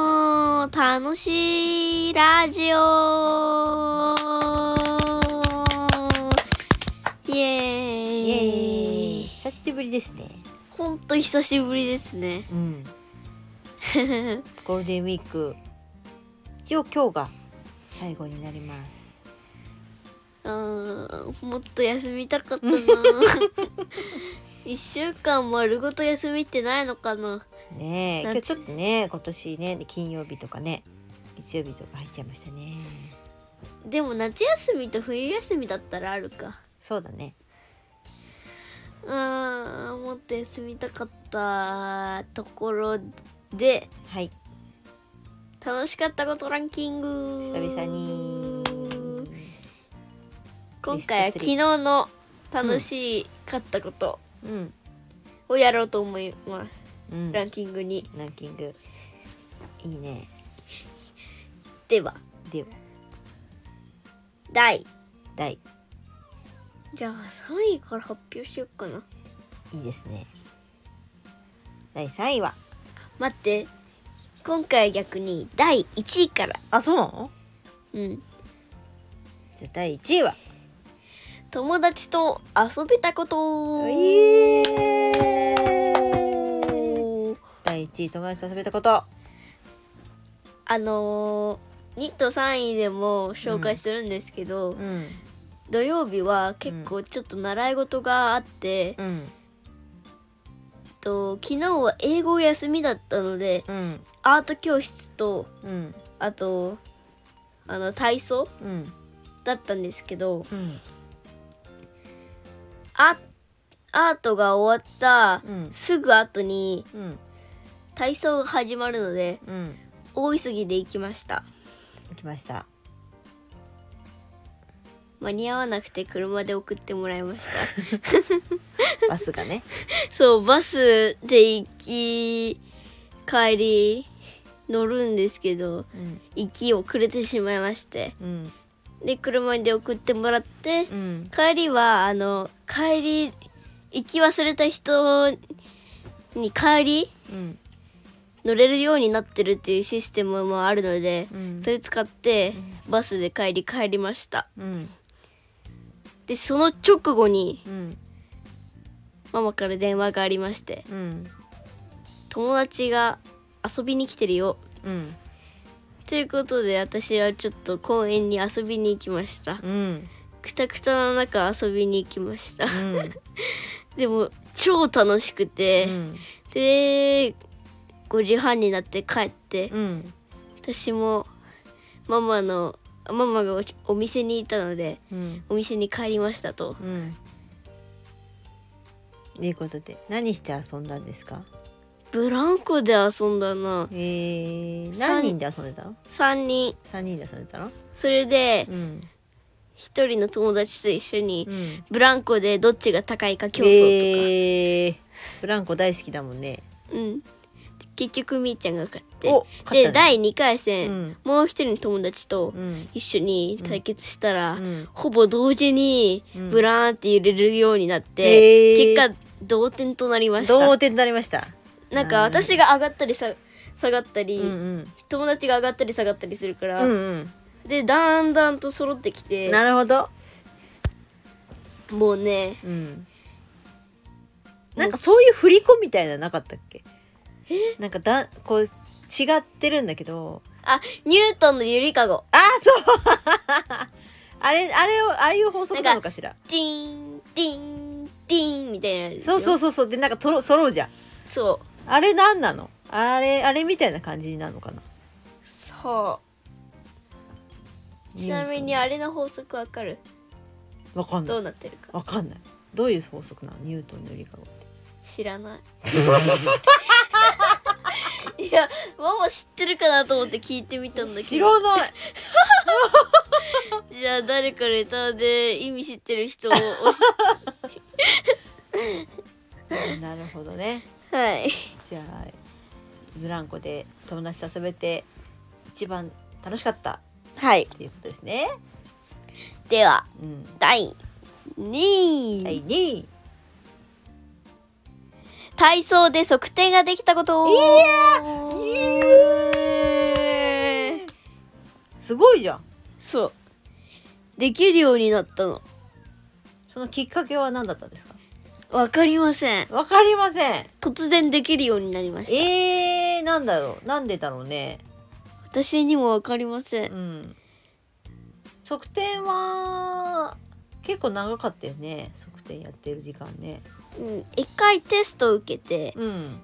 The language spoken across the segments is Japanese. の楽しいラジオイエーイイエーイ久しぶりですねほんと久しぶりですね。うん ゴールデンウィーク一応今日が最後になりますうーん、もっと休みたかったな一週間丸ごと休みってないのかなねえ夏今日ちょっとね今年ね金曜日とかね月曜日とか入っちゃいましたねでも夏休みと冬休みだったらあるか。そうだねうーん、もっと休みたかったところで、はい楽しかったことランキング久々に今回はリス昨トスリ日の楽しかったことうん、をやろうと思います、うん、ラランキングにンキングいいねではでは第第じゃあ3位から発表しようかないいですね第3位は待って今回は逆に第1位からあそうなのうんじゃあ第1位は友達と遊べたことイエーイ第1位友達と遊べたことあのー、2と3位でも紹介するんですけど、ん土曜日は結構ちょっと習い事があって、うんえっと昨日は英語休みだったのでうんアート教室とうんあとあの体操うんだったんですけどうんあアートが終わったうんすぐ後にうん体操が始まるのでうん大急ぎで行きました行きました間に合わなくて車で送ってもらいま したバスがねそうバスで行き帰り乗るんですけどうん行き遅れてしまいましてうんで車で送ってもらって、うん帰りはあの帰り行き忘れた人に帰りうん乗れるようになってるっていうシステムもあるので、うんそれ使ってバスで帰り帰りましたうんでその直後にうんママから電話がありましてうん友達が遊びに来てるようんということで私はちょっと公園に遊びに行きましたうんくたくたの中遊びに行きました、でも超楽しくて、で5時半になって帰ってうん私もママのママがおお店にいたのでうんお店に帰りましたとうんということで何して遊んだんですかブランコで遊んだなえー、三何人で遊んでたの3人三人で遊んでたのそれでうん1人の友達と一緒にうんブランコでどっちが高いか競争とか、えーブランコ大好きだもんねうん結局みーちゃんが勝ってお勝ったねで第2回う戦、んもう1人の友達とうん一緒に対決したら、うんほぼ同時にうんブラーンって揺れるようになって、へー結果同点となりまし同た点になりましたなんか私が上がったりさ下がったり、うんうん友達が上がったり下がったりするかうら、んうんでだんだんと揃ってきてなるほどもうねうんなんかそういう振り子みたいなのなかったっけなんかだこう違ってるんだけどあニュートンのゆりかごああそうあれあれをああいう法則なのかしらディーンディーンディーンみたいなやつよそうそうそうそうでなんかとろ揃うじゃんそうあれなんなのあれあれみたいな感じになるのかなそうちなみにあれの法則わかるわかんないどうなってるかわかんないどういう法則なのニュートンのゆりかごって知らないいやママ知ってるかなと思って聞いてみたんだけど知らないじゃあ誰かレターで意味知ってる人を教 なるほどねえはいじゃあブランコで友達と遊べて一番楽しかったはいっていうことですねではうん第2位、第2位イエ体操で測定ができたことーイすごいじゃんそうできるようになったのそのきっかけは何だったんですかわかりませんわかりません突然できるようになりましたえー、なんだろうなんでだろうね私にもわかりませんうん測定は結構長かったよね測定やってる時間ねうん一回テストを受けてうん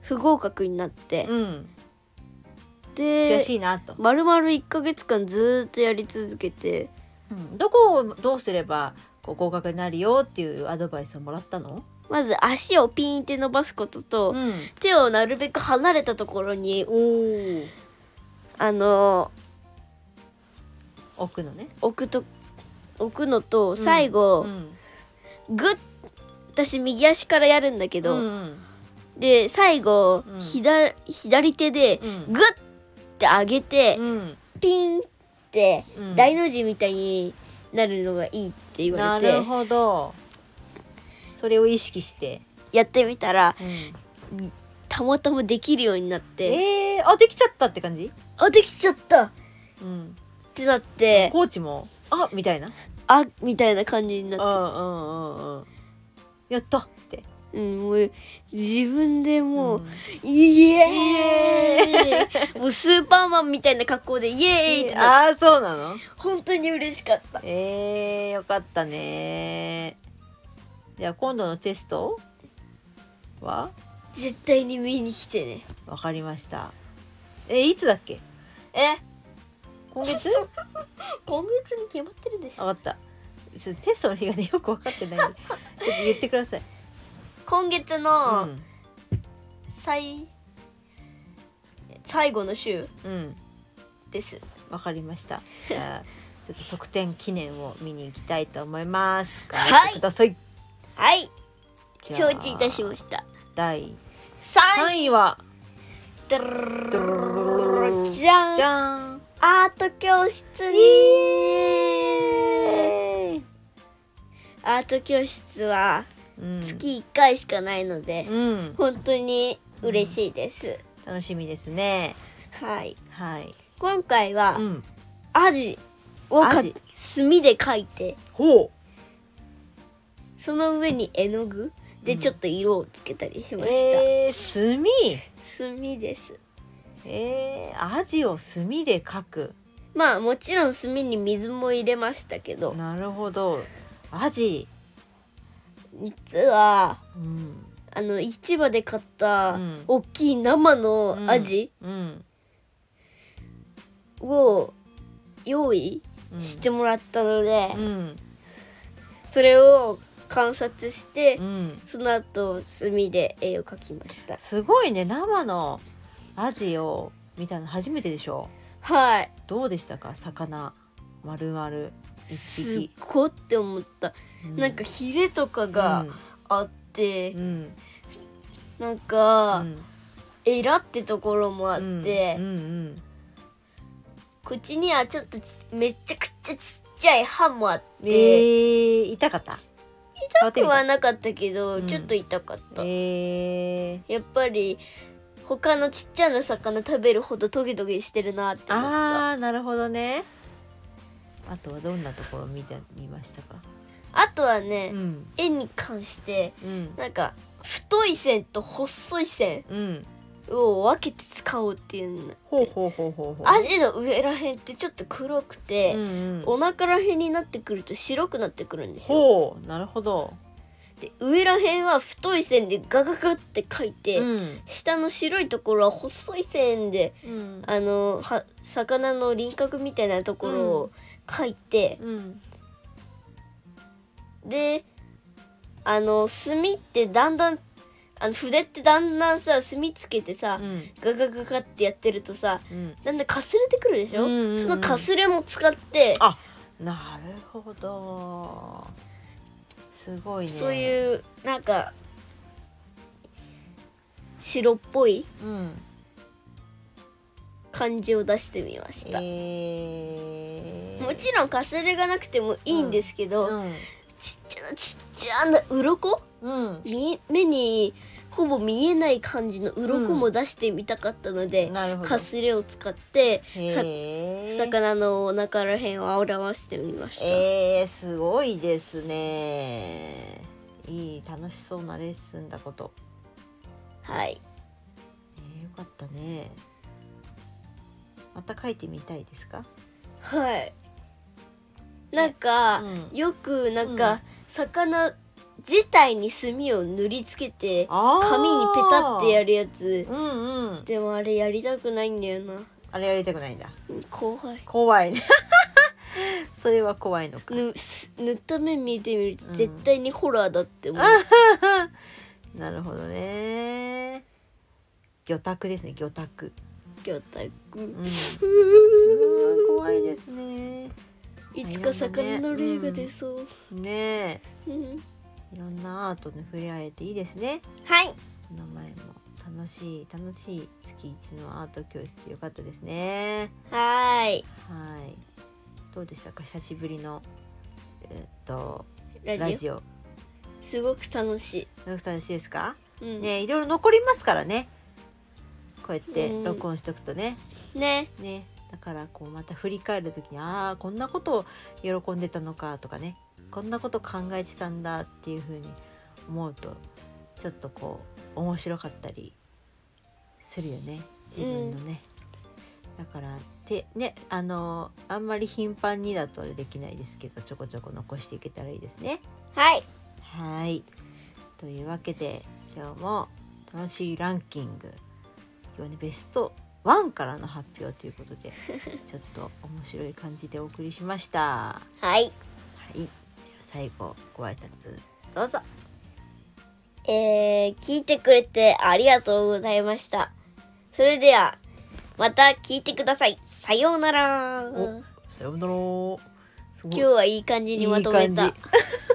不合格になってうん悔でしいなと、丸々1ヶ月間ずーっとやり続けてうん、どこをどうすればこう合格になるよっていうアドバイスをもらったのまず足をピーンって伸ばすことと、ん手をなるべく離れたところにおおあの置くのね置くと置くのと最後、うんグッ私右足からやるんだけうど、んで最後、うん左左手でうんグッて上げて、うんピーンってうん大の字みたいになるのがいいって言わなれて、るほどそれを意識して、やってみたらたまたまできるようになって、えー、あできちゃったって感じ、あできちゃったっうん、てなって、コーチもあみたいなあみたいな感じにうんなっうんうんうんやったってて、うん、もう自分でもう、んイエー イもうスーパーマンみたいな格好でイエーイってなってああそうなの本当に嬉しかったえー、よかったねじゃあ今度のテストは絶対に見に来てねわかりましたえいつだっけえ今月 今月に決まってるでしわょかったちょっとテストの日がねよく分かって ないんでちょっと言ってください、今月うのん最、最後の週うん、ですわかりました。じゃあちょっと側転記念を見に行きたいと思います。はい頑張ってください。はいじゃあ承知いたしました第3位三位はじゃードロロロロロロロじんゃん。アート教室にアート教室はうん、月1回しかないので、うん、本当に嬉しいです、楽しみですね。はいはい。今回はうん、アジをかアジ墨で描いてほその上に絵の具でちょっと色をつけたりしう。ました、えー、墨。墨ですえー、アジを墨で描く。まあもちろん墨に水も入れましたけどなるほど。アジ。実はうん。あの市場で買ったうん大きい生のアジうん。を用意うん。してもらったので、うん。それを観察して、うん。その後墨で絵を描きましたすごいね生のアジを見たの初めてでしょはいどうでしたか魚丸々すっ一匹、ごって思った、うなんかヒレとかがあって、うんうんなんうかんエラってところもあって、うんうん口にはちょっとめちゃくちゃちっちゃい歯もあっえて、ー痛かった痛くはなかったけど、うんちょっと痛かった、えー、やっぱり他のちっちゃな魚食べるほどトゲトゲしてるなって思ったああーなるほどねあとはどんなところ見てみましたかとはね、うん絵に関してうんなんか太い線と細い線うんを分けて使おうっていうのほうほうほうほうほうアジの上らへんってちょっと黒くて、うんうんお腹らへんになってくると白くなってくるんですよ。ほうなるほどで上らへんは太い線でガガガって描いて、うん下の白いところは細い線でうんあのは魚の輪郭みたいなところを描いて、うんであの墨ってだんだんあの筆ってだんだんさ墨つけてさ、うんガガガガってやってるとさうんだんだんかすれてくるでしょ、うんうんうんそのかすれも使ってあなるほどすごいねそうう、いうなんか白っぽいうん、感じを出してみました、えー、もちろんかすれがなくてもいいんですけど、うんちっちゃなちっちゃな鱗うんみ目にほぼ見えない感じの鱗も出してみたかったので、なるほどかすれを使ってさへー魚のお腹らへんを表してみました、えー、すごいですねいい楽しそうなレッスンだこと、はいえー、よかったねまた書いてみたいですかはいなんか、うんよくなんうかん魚自体に墨を塗りつけて紙にペタってやるるやつうんうんでもあれやりたくないんだよなあれやりたくないんだうん怖い怖いね それは怖いのかぬす塗った目見てみるとうん絶対にホラーだって思う、なるほどね魚拓ですね魚拓魚拓 うん、うわ怖いですねいつか魚の霊が出そう、ねうんえいろんなアートに触れ合えていいですねはいこの前も楽しい楽しい月一のアート教室よかったですねはーいはいどうでしたか久しぶりのえっとラジオラジオすごく楽しの楽しいですかい、うん、ねいろいろ残りますからねこうやってうん録音しとくとね、ねねだからこうまた振り返る時にああこんなことを喜んでたのかとかねこんなこと考えてたんだっていうふうに思うとちょっとこう面白かったりするよね自分のね。だからでねあのあんまり頻繁にだとできないですけどちょこちょこ残していけたらいいですね。はい はい。というわけで今日も楽しいランキング今日ねベスト1からの発表ということでちょっと面白い感じでお送りしました。ははいい。では最後ご挨拶どうぞ。えー、聞いてくれてありがとうございましたそれではまた聞いてくださいさようならおさようなら。す今日はいい感じにまとめたいい感じ